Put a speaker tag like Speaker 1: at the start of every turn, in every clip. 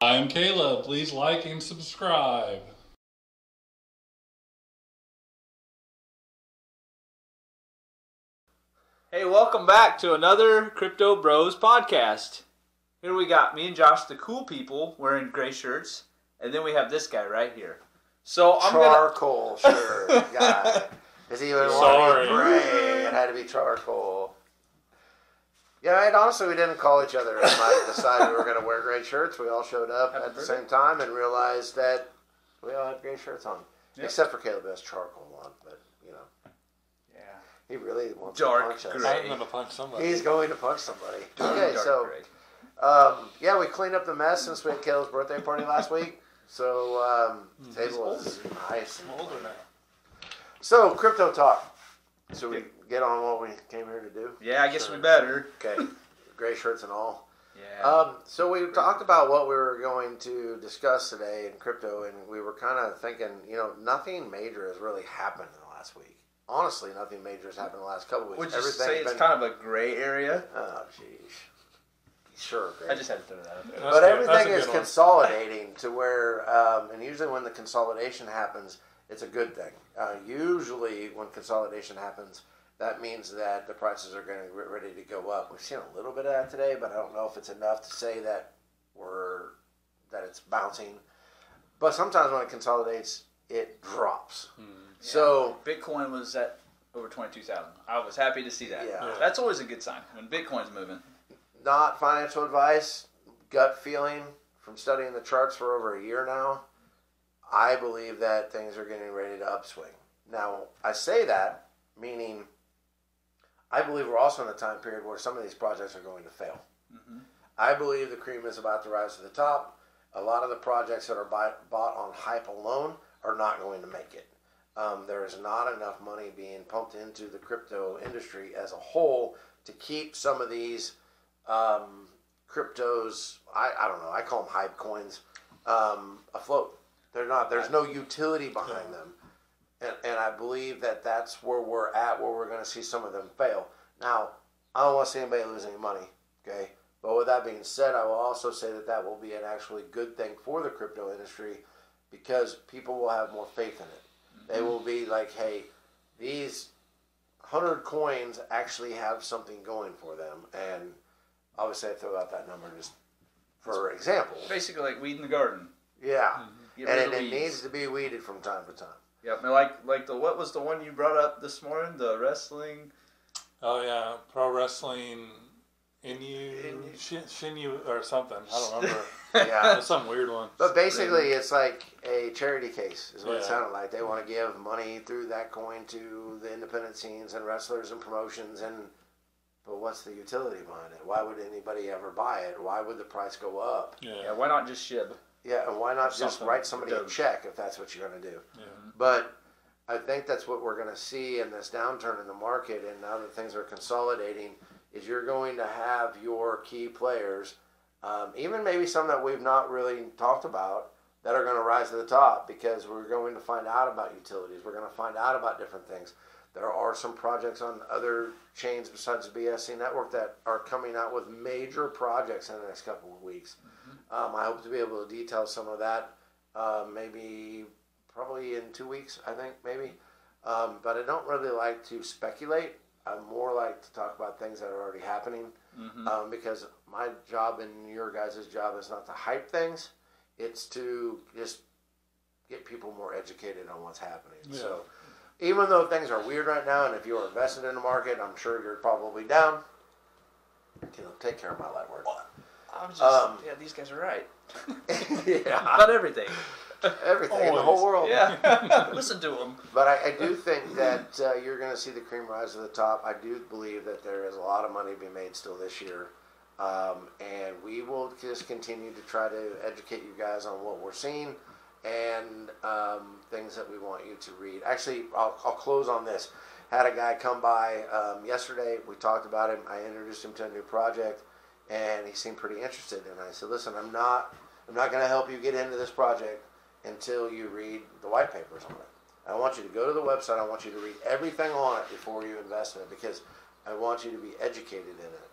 Speaker 1: I'm Caleb. Please like and subscribe.
Speaker 2: Hey, welcome back to another Crypto Bros podcast. Here we got me and Josh, the cool people, wearing gray shirts, and then we have this guy right here. So I'm gonna
Speaker 3: charcoal shirt guy. Because he was
Speaker 1: Sorry.
Speaker 3: wanting gray. It had to be charcoal. Yeah, and honestly, we didn't call each other. When I decided we were going to wear gray shirts. We all showed up
Speaker 2: Happy
Speaker 3: at the
Speaker 2: birthday.
Speaker 3: same time and realized that we all had gray shirts on,
Speaker 2: Yep.
Speaker 3: except for Caleb who has charcoal on. But you know,
Speaker 2: yeah.
Speaker 3: he really wants
Speaker 2: Dark
Speaker 3: to punch
Speaker 2: gray.
Speaker 3: us.
Speaker 1: I'm gonna punch somebody.
Speaker 3: He's going to punch somebody. Okay,
Speaker 2: Dark
Speaker 3: so
Speaker 2: gray.
Speaker 3: um, yeah, we cleaned up the mess since we had Caleb's birthday party last week. So um,
Speaker 2: Hmm.
Speaker 3: table is nice. and
Speaker 1: I'm older now.
Speaker 3: So, crypto talk. So we get on what we came here to do.
Speaker 2: yeah, I guess
Speaker 1: Sure.
Speaker 2: we better. Uh,
Speaker 3: Okay, gray shirts and all.
Speaker 2: Yeah,
Speaker 3: Um, so we talked about what we were going to discuss today in crypto, and we were kind of thinking, you know, nothing major has really happened in the last week. Honestly, nothing major has happened in the last couple weeks.
Speaker 2: would you
Speaker 3: Everything's
Speaker 2: say it's
Speaker 3: been-
Speaker 2: kind of a gray area?
Speaker 3: Oh, jeez. Sure.
Speaker 2: I
Speaker 3: Gray.
Speaker 2: just had to throw that out there.
Speaker 1: That's
Speaker 3: But
Speaker 1: good. That's a
Speaker 3: everything is
Speaker 1: good one.
Speaker 3: consolidating to where, um, and usually when the consolidation happens, it's a good thing. Uh, usually, when consolidation happens, that means that the prices are going to get ready to go up. We've seen a little bit of that today, but I don't know if it's enough to say that we're that it's bouncing. But sometimes when it consolidates, it drops.
Speaker 1: Hmm.
Speaker 3: So
Speaker 2: Bitcoin was at over twenty-two thousand. I was happy to see that.
Speaker 3: Yeah.
Speaker 1: Yeah.
Speaker 2: that's always a good sign when Bitcoin's moving.
Speaker 3: not financial advice, gut feeling from studying the charts for over a year now. I believe that things are getting ready to upswing. Now, I say that meaning I believe we're also in a time period where some of these projects are going to fail. I believe the cream is about to rise to the top. A lot of the projects that are buy, bought on hype alone are not going to make it. Um, there is not enough money being pumped into the crypto industry as a whole to keep some of these um, cryptos. I, I don't know. I call them hype coins um, afloat. They're not. There's no utility behind them, and, and I believe that that's where we're at. Where we're going to see some of them fail. Now, I don't want to see anybody lose any money. Okay. But with that being said, I will also say that that will be an actually good thing for the crypto industry because people will have more faith in it. They will be like, hey, these 100 coins actually have something going for them. And obviously, I throw out that number just for example.
Speaker 2: Basically, like weed in the garden.
Speaker 3: Yeah.
Speaker 2: Get rid of
Speaker 3: And
Speaker 2: the
Speaker 3: it, it
Speaker 2: weeds.
Speaker 3: needs to be weeded from time to time.
Speaker 2: Yeah, man, like like the what was the one you brought up this morning? The wrestling.
Speaker 1: Oh yeah, pro wrestling. Inu,
Speaker 2: Inu-
Speaker 1: Shin- Shinu, or something. I don't remember.
Speaker 3: Yeah.
Speaker 1: It's some weird one.
Speaker 3: But basically, it's like a charity case, is what it
Speaker 1: Yeah.
Speaker 3: sounded like. They want to give money through that coin to the independent scenes and wrestlers and promotions, and but what's the utility behind it? Why would anybody ever buy it? Why would the price go up?
Speaker 2: yeah,
Speaker 1: Yeah.
Speaker 2: why not just shib?
Speaker 3: Yeah, and why not just
Speaker 1: Something
Speaker 3: write somebody a
Speaker 2: dope.
Speaker 3: check if that's what you're going to do?
Speaker 1: yeah.
Speaker 3: But I think that's what we're going to see in this downturn in the market, and now that things are consolidating, is you're going to have your key players, um, even maybe some that we've not really talked about, that are going to rise to the top because we're going to find out about utilities. We're going to find out about different things. There are some projects on other chains besides the BSC network that are coming out with major projects in the next couple of weeks. Um, I hope to be able to detail some of that uh, maybe probably in two weeks, I think, maybe. Um, but I don't really like to speculate. I more like to talk about things that are already happening um, because my job and your guys' job is not to hype things, it's to just get people more educated on what's happening. So even though things are weird right now, and if you are invested in the market, I'm sure you're probably down. Caleb, take care of my light work.
Speaker 2: I'm just
Speaker 3: Um,
Speaker 2: yeah. These guys are right
Speaker 3: yeah,
Speaker 2: about everything.
Speaker 3: everything in the whole
Speaker 1: Always.
Speaker 3: world.
Speaker 2: Yeah, listen to them.
Speaker 3: But I, I do think that uh, you're going to see the cream rise to the top. I do believe that there is a lot of money to be made still this year. Um, and we will just continue to try to educate you guys on what we're seeing and um, things that we want you to read. Actually, I'll, I'll close on this. Had a guy come by um, yesterday. We talked about him. I introduced him to a new project, and he seemed pretty interested. And I said, "Listen, I'm not, I'm not going to help you get into this project until you read the white papers on it." I want you to go to the website. I want you to read everything on it before you invest in it because I want you to be educated in it.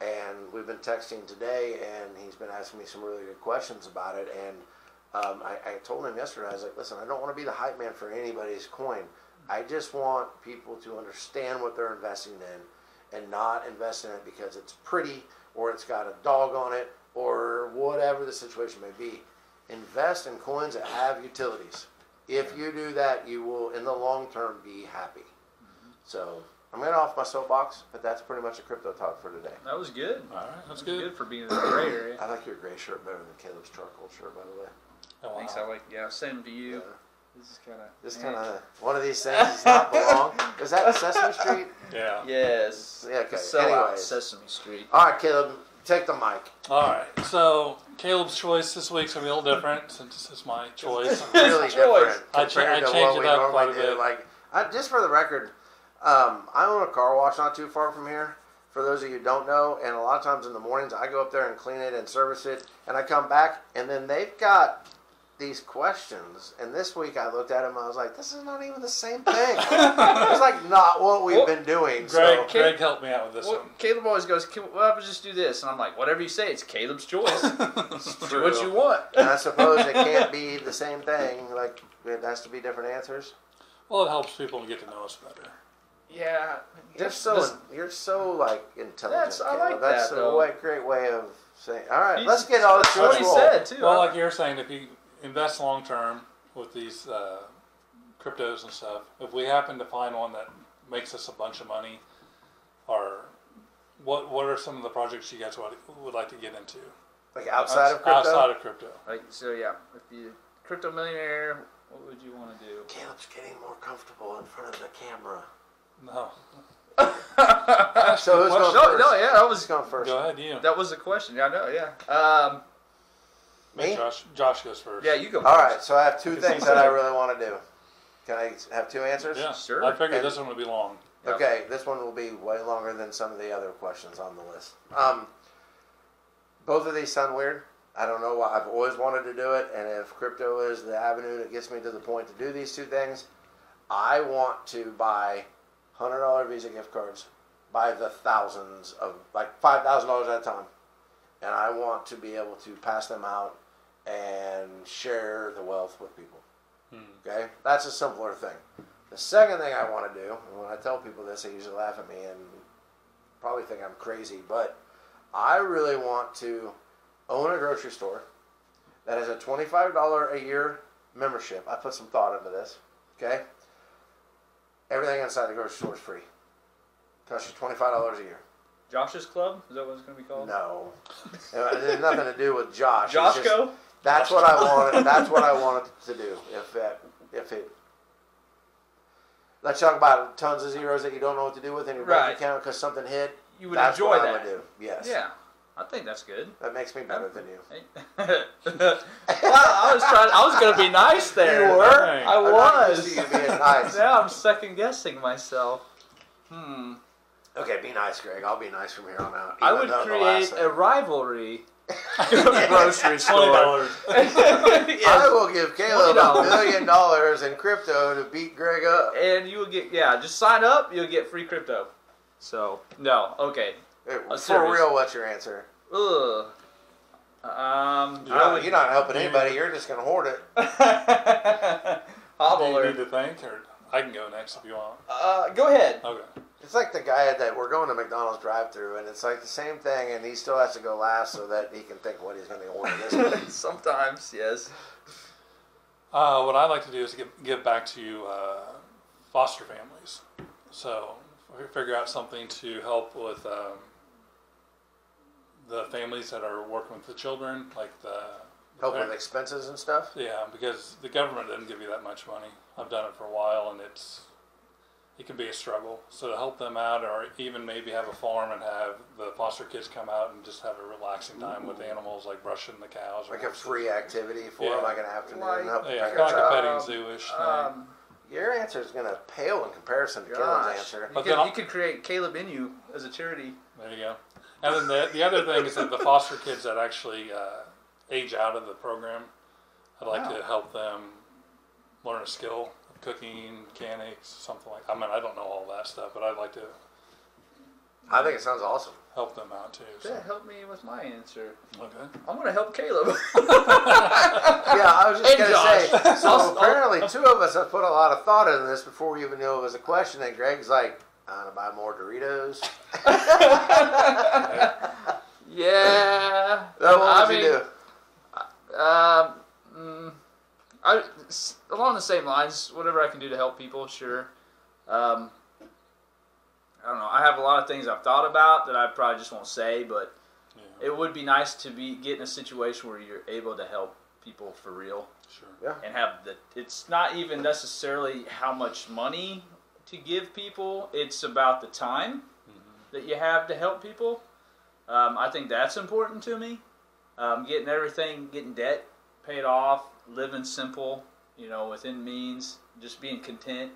Speaker 3: And we've been texting today, and he's been asking me some really good questions about it. And um, I, I told him yesterday, I was like, listen, I don't want to be the hype man for anybody's coin. I just want people to understand what they're investing in and not invest in it because it's pretty or it's got a dog on it or whatever the situation may be. Invest in coins that have utilities. If you do that, you will, in the long term, be happy. So I'm getting off my soapbox, but that's pretty much a crypto talk for today.
Speaker 2: That was good.
Speaker 1: All right, that's
Speaker 2: That's
Speaker 1: good.
Speaker 2: good for being in the gray area.
Speaker 3: I like your gray shirt better than Caleb's charcoal shirt, by the way.
Speaker 1: Oh,
Speaker 2: Thanks. I
Speaker 1: wow.
Speaker 2: like. Yeah, same to you.
Speaker 3: Yeah.
Speaker 2: This is kind of.
Speaker 3: This kind of one of these things does not belong. Is that Sesame Street?
Speaker 1: Yeah.
Speaker 2: Yes.
Speaker 3: Yeah, okay.
Speaker 2: Sell out
Speaker 3: Anyways.
Speaker 2: Sesame Street.
Speaker 3: All right, Caleb, take the mic.
Speaker 1: All right. So Caleb's choice this week's a little different since this is my choice.
Speaker 3: Really
Speaker 2: Choice.
Speaker 3: different
Speaker 1: I cha-
Speaker 3: compared
Speaker 1: I
Speaker 3: to
Speaker 1: changed
Speaker 3: what we
Speaker 1: it up quite a
Speaker 3: normally do.
Speaker 1: bit.
Speaker 3: Like, I, just for the record, um, I own a car wash not too far from here. For those of you who don't know, and a lot of times in the mornings, I go up there and clean it and service it, and I come back, and then they've got these questions. And this week, I looked at them, I was like, "This is not even the same thing." it's like not what we've
Speaker 2: Well,
Speaker 3: been doing.
Speaker 1: Greg,
Speaker 3: So.
Speaker 1: Greg helped me out with this
Speaker 2: Well, Caleb always goes, "Can- "Well, I'll just do this," and I'm like, "Whatever you say, it's Caleb's choice.
Speaker 1: one.
Speaker 2: do what you want."
Speaker 3: And I suppose it can't be the same thing. Like it has to be different answers.
Speaker 1: well, it helps people get to know us better.
Speaker 2: Yeah.
Speaker 3: You're so
Speaker 2: This-
Speaker 3: you're so like intelligent.
Speaker 2: That's- I
Speaker 3: Caleb.
Speaker 2: like
Speaker 3: That's
Speaker 2: that,
Speaker 3: a
Speaker 2: though.
Speaker 3: way- great way of saying. All right,
Speaker 2: He's-
Speaker 3: let's get all this.
Speaker 2: that's what
Speaker 3: Let's
Speaker 2: he
Speaker 3: roll.
Speaker 2: said too.
Speaker 1: Well, like you're saying, if you invest long term with these uh, cryptos and stuff, if we happen to find one that makes us a bunch of money, or what what are some of the projects you guys would, would like to get into
Speaker 3: Like outside of crypto.
Speaker 1: Outside of crypto.
Speaker 2: like so, yeah. If you crypto millionaire, what would you want to do?
Speaker 3: Caleb's getting more comfortable in front of the camera.
Speaker 1: No,
Speaker 3: So who's going
Speaker 2: No,
Speaker 3: first?
Speaker 2: no, yeah, that was
Speaker 3: Who's going first?
Speaker 1: go ahead, you.
Speaker 2: that was the question. Yeah, I know. Yeah. Um,
Speaker 3: Me.
Speaker 1: Josh, Josh goes first.
Speaker 2: yeah, you go.
Speaker 3: All
Speaker 2: first.
Speaker 3: right, so I have two
Speaker 1: Because he
Speaker 3: things that I
Speaker 1: said-
Speaker 3: really want to do. Can I have two answers?
Speaker 1: Yeah,
Speaker 2: Sure.
Speaker 1: I figured
Speaker 3: And-
Speaker 1: this one would be long.
Speaker 2: Yeah.
Speaker 3: Okay, this one will be way longer than some of the other questions on the list. Um, both of these sound weird. I don't know why. I've always wanted to do it, and if crypto is the avenue that gets me to the point to do these two things, I want to buy hundred dollar Visa gift cards by the thousands of like five thousand dollars at a time, and I want to be able to pass them out and share the wealth with people. Okay, that's a simpler thing. The second thing I want to do, and when I tell people this, they usually laugh at me and probably think I'm crazy, but I really want to own a grocery store that has a $25 a year membership. I put some thought into this, okay? Everything inside the grocery store is free. Costs you $25 a year.
Speaker 2: Josh's Club is that what it's gonna be called?
Speaker 3: No. it has nothing to do with Josh. It's just-
Speaker 2: Joshko.
Speaker 3: that's what I wanted. That's what I wanted to do. If that, if it. Let's talk about tons of zeros that you don't know what to do with in your
Speaker 2: Right.
Speaker 3: bank account because something hit.
Speaker 2: You would
Speaker 3: that's
Speaker 2: enjoy
Speaker 3: what
Speaker 2: that.
Speaker 3: I would do. Yes.
Speaker 2: Yeah, I think that's good.
Speaker 3: That makes me better than you.
Speaker 2: Hey. well, I was trying. I was gonna be nice there.
Speaker 3: You were?
Speaker 2: I
Speaker 3: I'm not used
Speaker 2: was.
Speaker 3: to you being nice.
Speaker 2: now I'm second guessing myself. Hmm.
Speaker 3: Okay, be nice, Greg. I'll be nice from here on out.
Speaker 2: I
Speaker 3: even
Speaker 2: would
Speaker 3: though the
Speaker 2: create
Speaker 3: last
Speaker 2: a
Speaker 3: thing-
Speaker 2: rivalry
Speaker 3: grocery
Speaker 1: Twenty dollars.
Speaker 3: I
Speaker 2: Yes.
Speaker 3: will give Caleb a
Speaker 2: $20.
Speaker 3: million dollars in crypto to beat Greg up.
Speaker 2: and you will get yeah. Just sign up. You'll get free crypto. So no. Okay.
Speaker 3: Hey, For
Speaker 2: serious.
Speaker 3: real, what's your answer?
Speaker 2: Ugh. Um.
Speaker 3: You're not, you're not helping anybody. You're just gonna hoard it.
Speaker 1: Do you need
Speaker 2: Hobbler.
Speaker 1: to think, or I can go next if you want.
Speaker 2: Uh, go ahead.
Speaker 1: Okay.
Speaker 3: It's like the guy that we're going to McDonald's drive-through, and it's like the same thing, and he still has to go last so that he can think what he's going to order this week.
Speaker 2: Sometimes, yes.
Speaker 1: Uh, what I'd like to do is give, give back to uh, foster families. So fi- figure out something to help with um, the families that are working with the children, like the
Speaker 3: Help with expenses and stuff.
Speaker 1: yeah, because the government doesn't give you that much money. I've done it for a while, and it's it can be a struggle. So to help them out, or even maybe have a farm and have the foster kids come out and just have a relaxing time with animals, like brushing the cows. Or
Speaker 3: Like a free activity for him,
Speaker 1: Yeah.
Speaker 3: like an afternoon.
Speaker 2: Like-
Speaker 3: help
Speaker 1: yeah,
Speaker 3: pick
Speaker 1: kind of
Speaker 3: a
Speaker 1: like a
Speaker 3: child.
Speaker 1: petting
Speaker 3: Ah,
Speaker 1: zoo-ish thing.
Speaker 2: Um,
Speaker 3: Your answer is going to pale in comparison to Caleb's
Speaker 2: gosh.
Speaker 3: answer.
Speaker 2: You
Speaker 1: But then
Speaker 2: could,
Speaker 1: I'll-
Speaker 2: you could create Caleb in you as a charity.
Speaker 1: There you go. And then the, the other thing is that the foster kids that actually uh, age out of the program, I'd like to help them learn a skill of cooking, mechanics, something like. I mean, I don't know all that stuff, but I'd like to
Speaker 3: I think it sounds awesome.
Speaker 1: help them out too. So.
Speaker 2: That helped me with my answer.
Speaker 1: Okay.
Speaker 2: I'm gonna help Caleb.
Speaker 3: Yeah, I was just
Speaker 2: And
Speaker 3: gonna say.
Speaker 2: Josh.
Speaker 3: So apparently, two of us have put a lot of thought into this before we even knew it was a question. And Greg's like, "I'm gonna buy more Doritos."
Speaker 2: yeah.
Speaker 3: That what
Speaker 2: I
Speaker 3: would you
Speaker 2: mean,
Speaker 3: do?
Speaker 2: Um, mm, I, s- along the same lines, whatever I can do to help people, sure. Um, I don't know. I have a lot of things I've thought about that I probably just won't say, but
Speaker 1: Yeah.
Speaker 2: it would be nice to be get in a situation where you're able to help people for real
Speaker 1: Sure.
Speaker 2: and have the. It's not even necessarily how much money to give people; it's about the time that you have to help people. Um, I think that's important to me. Um, getting everything, getting debt paid off, living simple, you know, within means, just being content.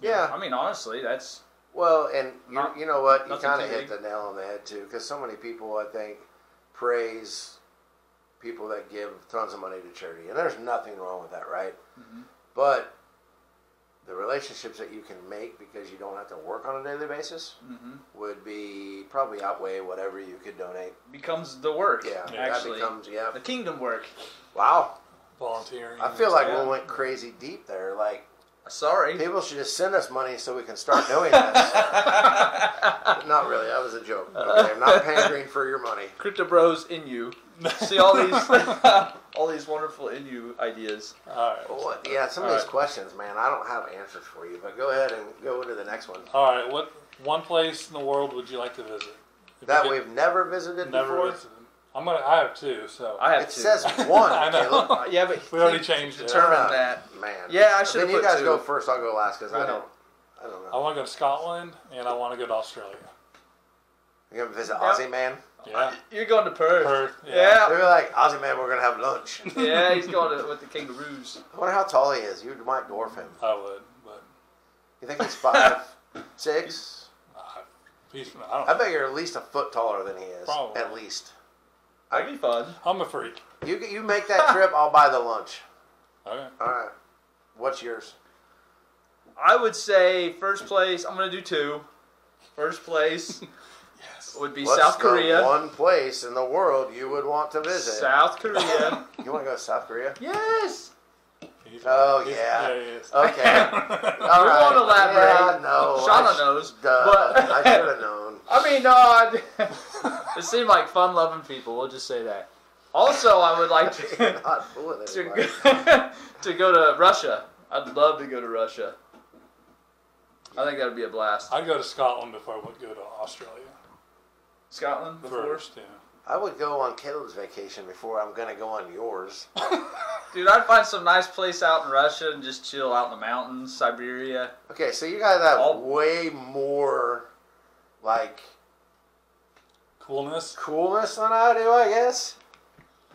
Speaker 3: Yeah.
Speaker 2: I mean, honestly, that's
Speaker 3: Well, and you,
Speaker 2: Not-
Speaker 3: you know what? You
Speaker 2: nothing
Speaker 3: kind of
Speaker 2: too
Speaker 3: hit the
Speaker 2: big.
Speaker 3: nail on the head too, because so many people, I think, praise people that give tons of money to charity, and there's nothing wrong with that, right?
Speaker 2: Mm-hmm.
Speaker 3: But the relationships that you can make because you don't have to work on a daily basis
Speaker 2: mhm,
Speaker 3: would be probably outweigh whatever you could donate.
Speaker 2: becomes the work.
Speaker 3: Yeah,
Speaker 2: actually,
Speaker 3: that becomes yeah.
Speaker 2: the kingdom work.
Speaker 3: Wow,
Speaker 1: Volunteering.
Speaker 3: I feel like
Speaker 2: Yeah.
Speaker 3: we went crazy deep there. Like
Speaker 2: Sorry.
Speaker 3: people should just send us money so we can start doing this. Not really. That was a joke.
Speaker 2: Uh.
Speaker 3: Okay, I'm not pandering for your money.
Speaker 2: Crypto Bros in you. See all these all these wonderful in you ideas.
Speaker 1: All right.
Speaker 3: Well, yeah, some of
Speaker 2: All
Speaker 3: these
Speaker 2: right.
Speaker 3: questions, man, I don't have answers for you. But go ahead and go into the next one
Speaker 1: All right. What one place in the world would you like to visit? If you
Speaker 3: that
Speaker 1: could
Speaker 3: we've never visited
Speaker 1: never
Speaker 3: before.
Speaker 1: visited. I'm gonna. I have two. So
Speaker 2: I have
Speaker 3: It
Speaker 2: two.
Speaker 3: says one.
Speaker 1: I know.
Speaker 3: Caleb.
Speaker 2: Uh, yeah, but
Speaker 1: we already changed it.
Speaker 2: Determine
Speaker 3: Uh,
Speaker 2: that.
Speaker 3: man.
Speaker 2: Yeah, I
Speaker 3: But
Speaker 2: should've
Speaker 3: Then you
Speaker 2: put
Speaker 3: guys
Speaker 2: two.
Speaker 3: go first. I'll go last because I
Speaker 2: Okay.
Speaker 3: don't. I don't
Speaker 1: I
Speaker 3: know.
Speaker 1: want to go to Scotland and I want to go to Australia.
Speaker 3: You're gonna visit
Speaker 2: Yeah.
Speaker 3: Aussie man.
Speaker 1: Yeah.
Speaker 2: You're going to Perth.
Speaker 1: Perth, yeah.
Speaker 2: Yeah.
Speaker 3: They're like Aussie man. We're gonna have lunch.
Speaker 2: Yeah, he's going to, with the kangaroos.
Speaker 3: I wonder how tall he is. You might dwarf him.
Speaker 1: I would, but
Speaker 3: You think he's five, six?
Speaker 1: uh, he's. I
Speaker 3: I
Speaker 1: don't.
Speaker 3: bet you're at least a foot taller than he is.
Speaker 1: Probably.
Speaker 3: At least.
Speaker 2: That'd be fun.
Speaker 1: I'm a freak.
Speaker 3: You you make that trip. I'll buy the lunch.
Speaker 1: Okay.
Speaker 3: All right. What's yours?
Speaker 2: I would say first place. I'm going to do two. First place
Speaker 1: Yes.
Speaker 2: would be
Speaker 3: What's
Speaker 2: South
Speaker 3: the
Speaker 2: Korea.
Speaker 3: One place in the world you would want to visit.
Speaker 2: South Korea.
Speaker 3: You want to go to South Korea?
Speaker 2: yes.
Speaker 1: He's,
Speaker 3: Oh,
Speaker 1: he's-
Speaker 3: yeah.
Speaker 1: he is.
Speaker 3: Okay. All
Speaker 2: We won't
Speaker 3: Yeah,
Speaker 2: elaborate.
Speaker 3: no.
Speaker 2: Shauna
Speaker 3: I sh-
Speaker 2: knows.
Speaker 3: Duh.
Speaker 2: but
Speaker 3: I should have known.
Speaker 2: I mean, no. I, it seemed like fun-loving people. We'll just say that. Also, I would like
Speaker 3: You're
Speaker 2: to
Speaker 3: not fooling
Speaker 2: to
Speaker 3: anybody.
Speaker 2: go, to go to Russia. I'd love to go to Russia. I think that would be a blast.
Speaker 1: I'd go to Scotland before I would go to Australia
Speaker 2: Scotland before,
Speaker 1: first. Yeah.
Speaker 3: I would go on Caleb's vacation before I'm gonna go on yours.
Speaker 2: dude. I'd find some nice place out in Russia and just chill out in the mountains, Siberia.
Speaker 3: Okay, so you guys have
Speaker 2: I'll-
Speaker 3: way more like
Speaker 1: Coolness.
Speaker 3: coolness than I do, I guess.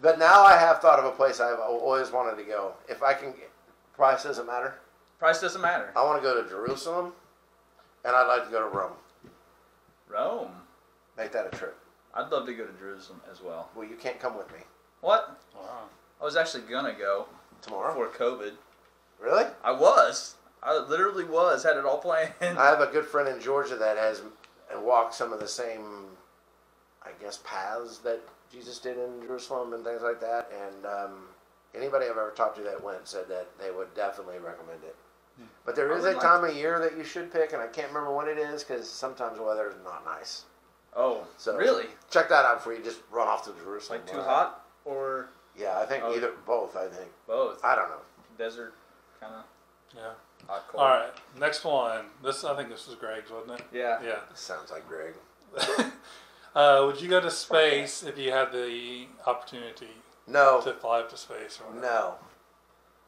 Speaker 3: But now I have thought of a place I've always wanted to go. If I can, price doesn't matter.
Speaker 2: Price doesn't matter.
Speaker 3: I want to go to Jerusalem, and I'd like to go to Rome.
Speaker 2: Rome.
Speaker 3: Make that a trip.
Speaker 2: I'd love to go to Jerusalem as well.
Speaker 3: Well, you can't come with me
Speaker 2: What?
Speaker 1: Wow.
Speaker 2: I was actually gonna go
Speaker 3: tomorrow.
Speaker 2: before COVID.
Speaker 3: Really?
Speaker 2: I was. I literally was. Had it all planned.
Speaker 3: I have a good friend in Georgia that has uh, walked some of the same, I guess, paths that Jesus did in Jerusalem and things like that. And um, anybody I've ever talked to that went said that they would definitely recommend it.
Speaker 2: Hmm.
Speaker 3: But there
Speaker 2: I
Speaker 3: is
Speaker 2: would
Speaker 3: a
Speaker 2: like
Speaker 3: time of year that you should pick, and I can't remember when it is because sometimes the weather is not nice.
Speaker 2: Oh,
Speaker 3: So-
Speaker 2: really?
Speaker 3: Check that out before you just run off to Jerusalem.
Speaker 2: Like too hot or
Speaker 3: Yeah, I think
Speaker 2: Oh.
Speaker 3: either both. I think
Speaker 2: both?
Speaker 3: I don't know.
Speaker 2: Desert kind of
Speaker 1: Yeah.
Speaker 2: hot cold.
Speaker 1: All right. Next one. This I think this was Greg's, wasn't it?
Speaker 2: Yeah.
Speaker 1: Yeah.
Speaker 3: Sounds like Greg.
Speaker 1: Uh, would you go to space if you had the opportunity
Speaker 3: No,
Speaker 1: to fly up to space or whatever?
Speaker 3: Oh. no.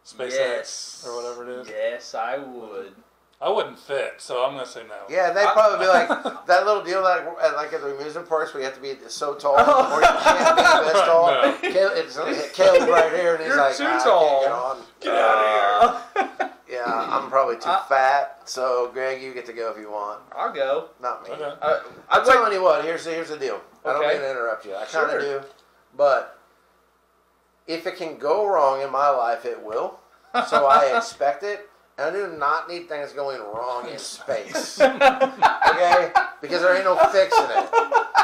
Speaker 1: SpaceX
Speaker 2: Yes.
Speaker 1: or whatever it is?
Speaker 2: Yes, I would.
Speaker 1: I wouldn't fit, so I'm gonna say no.
Speaker 3: Yeah, they'd
Speaker 2: I-
Speaker 3: probably be like that little deal that at, like at the amusement parks where you have to be so tall
Speaker 2: Oh.
Speaker 3: or you can't be this
Speaker 1: Right,
Speaker 3: tall.
Speaker 1: no.
Speaker 3: Caleb, it's only Caleb right here, and he's
Speaker 2: You're
Speaker 3: like,
Speaker 2: too
Speaker 3: "Ah,
Speaker 2: tall."
Speaker 3: I can't get on. Yeah, I'm probably too
Speaker 2: I-
Speaker 3: fat. So Greg, you get to go if you want,
Speaker 2: I'll go.
Speaker 3: not me.
Speaker 1: Okay.
Speaker 2: I,
Speaker 3: I'm
Speaker 2: I'd wait.
Speaker 3: telling you what. Here's the, here's the deal. I don't
Speaker 2: Okay.
Speaker 3: mean to interrupt you. I kind of
Speaker 2: Sure.
Speaker 3: do, but if it can go wrong in my life, it will. So I expect it. I do not need things going wrong in space. Okay? Because there ain't no fixing it.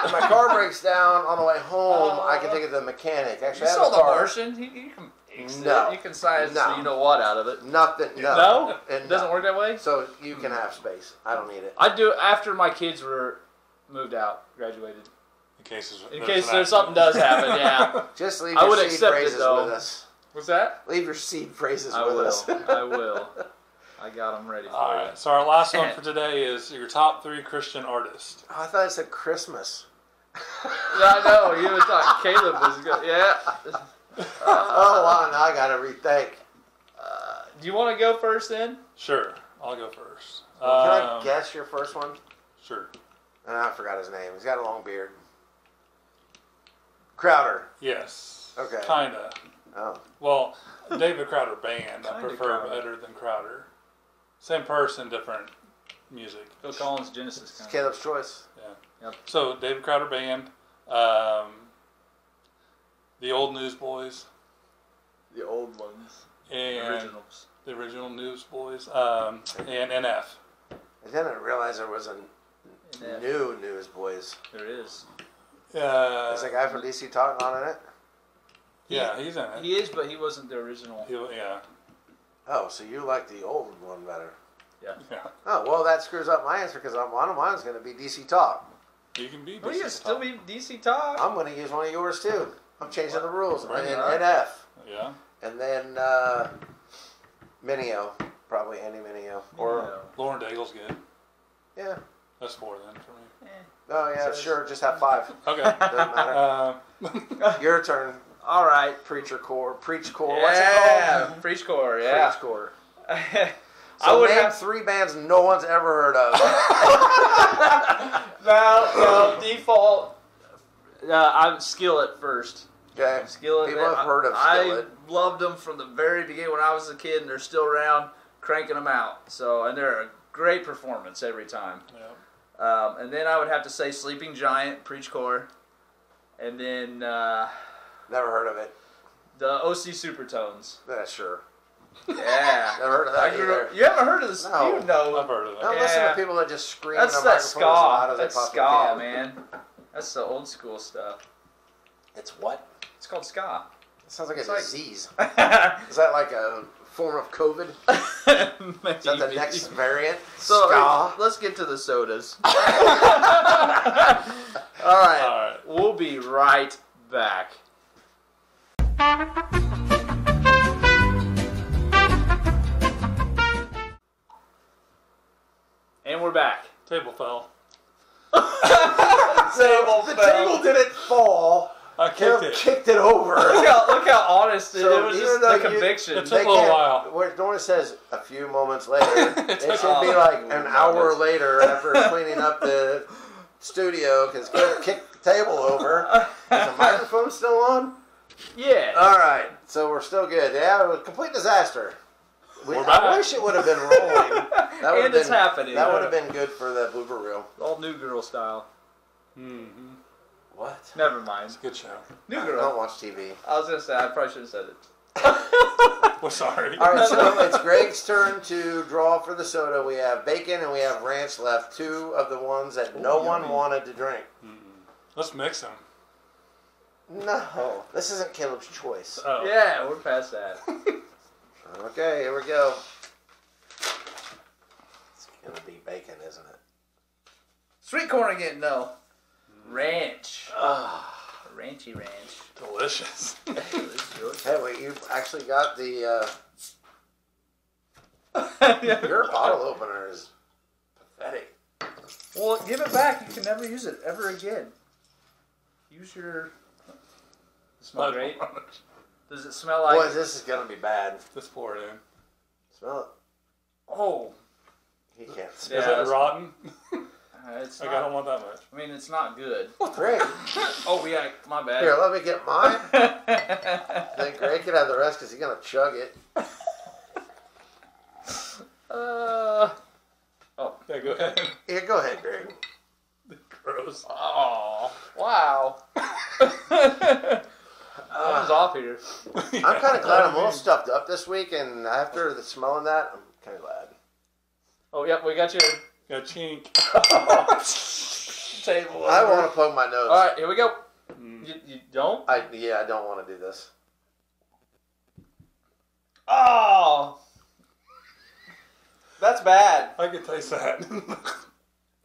Speaker 3: If my car breaks down on the way home, I can take it to the mechanic.
Speaker 2: You
Speaker 3: Actually, I have
Speaker 2: saw
Speaker 3: a
Speaker 2: the
Speaker 3: car.
Speaker 2: Martian. He, you can fix
Speaker 3: No.
Speaker 2: it. You can science
Speaker 3: No.
Speaker 2: the you know what out of it.
Speaker 3: Nothing. No.
Speaker 2: No?
Speaker 3: And
Speaker 2: It doesn't work that way.
Speaker 3: So you can have space. I don't need it.
Speaker 2: I do after my kids were moved out, graduated.
Speaker 1: In case there's,
Speaker 2: In
Speaker 1: there's
Speaker 2: case
Speaker 1: an accident.
Speaker 2: there's something does happen, yeah.
Speaker 3: Just leave
Speaker 2: I
Speaker 3: your
Speaker 2: would
Speaker 3: seed
Speaker 2: accept it,
Speaker 3: phrases
Speaker 2: though.
Speaker 3: with us.
Speaker 2: What's that?
Speaker 3: Leave your seed phrases
Speaker 2: I
Speaker 3: with
Speaker 2: will.
Speaker 3: us.
Speaker 2: I will. I got them ready for
Speaker 1: All
Speaker 2: you.
Speaker 1: right. So our last one for today is your top three Christian artists.
Speaker 3: Oh, I thought it said Christmas.
Speaker 2: I know you would thought Caleb was good. Yeah.
Speaker 3: Oh, wow. Now I got to rethink.
Speaker 2: Uh, do you want to go first then?
Speaker 1: Sure, I'll go first.
Speaker 3: Can I
Speaker 1: Um,
Speaker 3: guess your first one?
Speaker 1: Sure.
Speaker 3: And I forgot his name. He's got a long beard. Crowder.
Speaker 1: Yes.
Speaker 3: Okay.
Speaker 1: Kinda.
Speaker 3: Oh.
Speaker 1: Well, David Crowder band I
Speaker 2: Kinda
Speaker 1: prefer
Speaker 2: Crowder.
Speaker 1: better than Crowder. Same person, different music.
Speaker 2: Phil Collins, Genesis.
Speaker 3: It's
Speaker 2: Kind
Speaker 3: Caleb's choice.
Speaker 1: So David Crowder band, um, the old Newsboys,
Speaker 2: The old ones,
Speaker 1: and
Speaker 2: originals.
Speaker 1: the original Newsboys, um, and NF.
Speaker 3: I didn't realize there was a
Speaker 2: And that-
Speaker 3: new Newsboys.
Speaker 2: There is.
Speaker 1: Uh,
Speaker 3: Is that guy from DC Talk on in it?
Speaker 1: yeah, he's in it.
Speaker 2: He is, but he wasn't the original.
Speaker 1: He- yeah,
Speaker 3: Oh, so you like the old one better.
Speaker 1: yeah.
Speaker 3: Oh, well, that screws up my answer because one of mine's going to be DC Talk.
Speaker 1: You can be.
Speaker 2: Well, you
Speaker 1: Mr.
Speaker 2: still
Speaker 1: Top.
Speaker 2: be DC Talk.
Speaker 3: I'm going to use one of yours too. I'm changing the rules. And
Speaker 1: Bring it
Speaker 3: then
Speaker 2: up.
Speaker 3: NF.
Speaker 1: Yeah.
Speaker 3: And then uh, Minio. Probably Andy Minio. Or,
Speaker 1: Lauren Daigle's good.
Speaker 3: yeah.
Speaker 1: That's four then for me.
Speaker 3: Oh, yeah,
Speaker 2: So-
Speaker 3: sure. Just have five.
Speaker 1: Okay.
Speaker 3: Doesn't matter.
Speaker 1: uh,
Speaker 3: Your turn.
Speaker 2: All right.
Speaker 3: Preacher core. Preach core. What's it called?
Speaker 2: Yeah, Free score. Yeah.
Speaker 3: Preach core.
Speaker 2: I
Speaker 3: So
Speaker 2: would
Speaker 3: name
Speaker 2: have
Speaker 3: three bands no one's ever heard of.
Speaker 2: no, no default. Uh, I'm Skillet first.
Speaker 3: Okay.
Speaker 2: Skillet.
Speaker 3: People
Speaker 2: man,
Speaker 3: have heard of
Speaker 2: I,
Speaker 3: Skillet.
Speaker 2: I loved them from the very beginning when I was a kid, and they're still around, cranking them out. So, and they're a great performance every time.
Speaker 1: yeah.
Speaker 2: Um, and then I would have to say Sleeping Giant, Preach Core, and then uh,
Speaker 3: Never heard of it.
Speaker 2: the OC Supertones.
Speaker 3: Yeah, sure.
Speaker 2: Yeah.
Speaker 3: Never heard of that
Speaker 2: I grew
Speaker 3: either.
Speaker 2: up, you haven't heard of this?
Speaker 3: No.
Speaker 2: You know
Speaker 1: I've heard of
Speaker 3: Don't
Speaker 1: it.
Speaker 2: Okay.
Speaker 3: listen to
Speaker 2: Yeah.
Speaker 3: people that just scream in
Speaker 2: That's
Speaker 3: a
Speaker 2: that
Speaker 3: microphone as loud
Speaker 2: ska.
Speaker 3: as
Speaker 2: That's
Speaker 3: they possibly
Speaker 2: ska,
Speaker 3: can.
Speaker 2: man. That's the old school stuff.
Speaker 3: It's what?
Speaker 2: It's called ska.
Speaker 3: It sounds like
Speaker 2: It's
Speaker 3: a
Speaker 2: like-
Speaker 3: disease. Is that like a form of COVID? Is that the
Speaker 2: Maybe.
Speaker 3: next variant?
Speaker 2: So uh,
Speaker 3: ska.
Speaker 2: let's get to the sodas.
Speaker 3: All
Speaker 1: All
Speaker 2: uh,
Speaker 3: right.
Speaker 1: right.
Speaker 2: We'll be right back. And we're back.
Speaker 1: Table fell.
Speaker 3: So
Speaker 2: fell.
Speaker 3: the table didn't fall.
Speaker 1: I kicked
Speaker 3: Caleb
Speaker 1: it.
Speaker 3: kicked it over.
Speaker 2: Look how, look how honest it,
Speaker 3: So
Speaker 2: it was.
Speaker 3: even
Speaker 2: Just
Speaker 3: though
Speaker 2: the
Speaker 3: you-
Speaker 2: conviction.
Speaker 1: It's a-
Speaker 3: They
Speaker 1: little
Speaker 3: can't-
Speaker 1: while.
Speaker 3: Where Nora says a few moments later, it
Speaker 1: took
Speaker 3: should be
Speaker 2: a
Speaker 3: like
Speaker 2: few
Speaker 3: an hour
Speaker 2: moments.
Speaker 3: later after cleaning up the studio because Caleb kicked the table over. Is the microphone still on?
Speaker 2: yeah.
Speaker 3: All right, so we're still good. Yeah, it was a complete disaster. We,
Speaker 1: We're
Speaker 3: I
Speaker 1: back.
Speaker 3: wish it would have been rolling. That would have
Speaker 2: and it's
Speaker 3: been,
Speaker 2: happening.
Speaker 3: That would have been good for the blooper reel.
Speaker 2: all new girl style.
Speaker 1: Mm-hmm.
Speaker 3: What?
Speaker 2: Never mind.
Speaker 1: Good show.
Speaker 2: New
Speaker 3: I
Speaker 2: girl.
Speaker 3: don't watch TV.
Speaker 2: I was gonna say I probably should have said it.
Speaker 1: We're sorry.
Speaker 3: All right, so it's Greg's turn to draw for the soda. We have bacon and we have ranch left. Two of the ones that no
Speaker 2: Ooh,
Speaker 3: one
Speaker 2: yummy.
Speaker 3: wanted to drink.
Speaker 1: Mm-hmm. Let's mix them.
Speaker 3: No, this isn't Caleb's choice.
Speaker 1: Oh.
Speaker 2: Yeah, we're past that.
Speaker 3: Okay, here we go. It's gonna be bacon, isn't it?
Speaker 2: Sweet corn again, no. Ranch. Ranchy ranch.
Speaker 1: Ah, Delicious.
Speaker 3: Hey, wait, you actually got the uh, your
Speaker 2: well,
Speaker 3: bottle opener is pathetic.
Speaker 2: give it back. You can never use it ever again. Use your. Smell great. Does it smell like?
Speaker 3: Boy, this is gonna be bad.
Speaker 1: Let's pour it in.
Speaker 3: Smell
Speaker 2: Oh,
Speaker 3: it. He can't smell
Speaker 1: Is
Speaker 2: Yeah,
Speaker 1: it
Speaker 2: that's-
Speaker 1: rotten?
Speaker 2: uh, it's
Speaker 1: Like, I don't
Speaker 2: not.
Speaker 1: want that much.
Speaker 2: I mean, it's not good.
Speaker 3: it. Greg,
Speaker 2: Oh, yeah. My bad.
Speaker 3: here, let me get mine. Then Greg can have the rest because he's gonna chug it.
Speaker 2: uh, oh.
Speaker 1: Yeah, go ahead.
Speaker 3: Here, go ahead, Greg.
Speaker 1: Gross.
Speaker 2: Oh, wow. that was off here.
Speaker 3: I'm kind of glad I'm a little stuffed up this week, and after the smelling that, I'm Kind of glad.
Speaker 2: Oh, yep, we got you.
Speaker 1: Got chink.
Speaker 2: Table.
Speaker 3: I
Speaker 2: over.
Speaker 3: want to plug my nose.
Speaker 2: All right, here we go.
Speaker 1: Mm.
Speaker 2: You, you don't?
Speaker 3: I yeah, I don't want to do this.
Speaker 2: Oh, that's bad.
Speaker 1: I can taste that.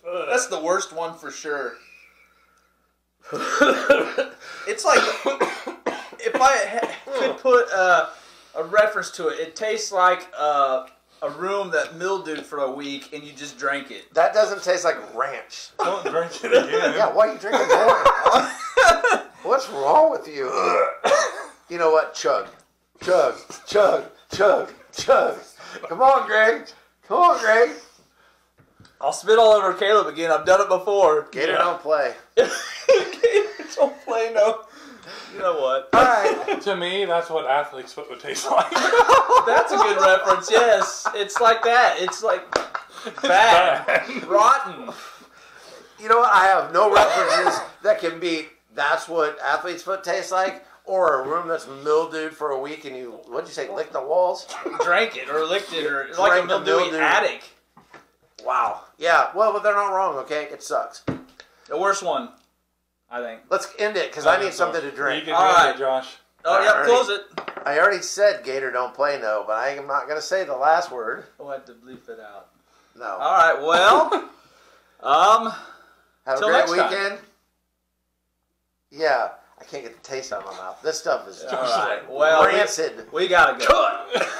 Speaker 1: Ugh.
Speaker 2: That's the worst one for sure. It's like if I ha- could put a, a reference to it, it tastes like a, a room that mildewed for a week and you just drank it.
Speaker 3: That doesn't taste like ranch.
Speaker 1: Don't drink it again.
Speaker 3: Yeah, why are you drinking more? What's wrong with you? you know what? Chug, chug, chug, chug, chug. Come on, Greg. Come on, Greg.
Speaker 2: I'll spit all over Caleb again. I've done it before.
Speaker 3: Gator
Speaker 1: Yeah.
Speaker 3: don't play.
Speaker 2: Don't play no. You know what?
Speaker 3: All right.
Speaker 1: To me, that's what athlete's foot would taste like.
Speaker 2: That's a good reference. Yes, it's like that. It's like bad, rotten.
Speaker 3: You know what? I have no references that can beat. That's what athlete's foot tastes like, or a room that's mildewed for a week and you what'd you say? Lick the walls.
Speaker 2: Drank it or licked it or it's like a
Speaker 3: Drank the
Speaker 2: mildewy
Speaker 3: mildew.
Speaker 2: attic.
Speaker 3: Wow. Yeah. Well, but they're not wrong. Okay, it sucks.
Speaker 2: The worst one, I think.
Speaker 3: Let's end it because I need something to
Speaker 1: You
Speaker 3: drink.
Speaker 1: can
Speaker 2: All
Speaker 1: drink
Speaker 2: right.
Speaker 1: it, Josh.
Speaker 2: Oh, yeah,
Speaker 3: Alrighty.
Speaker 2: close it.
Speaker 3: I already said Gator don't play no, but I am not gonna say the last word.
Speaker 2: Oh, I had to bleep it out.
Speaker 3: No.
Speaker 2: All right, well, um,
Speaker 3: Have a
Speaker 2: till
Speaker 3: great
Speaker 2: next time.
Speaker 3: weekend. Yeah, I can't get the taste out of my mouth. This stuff is
Speaker 2: all right, well,
Speaker 3: rancid.
Speaker 2: we, we gotta go.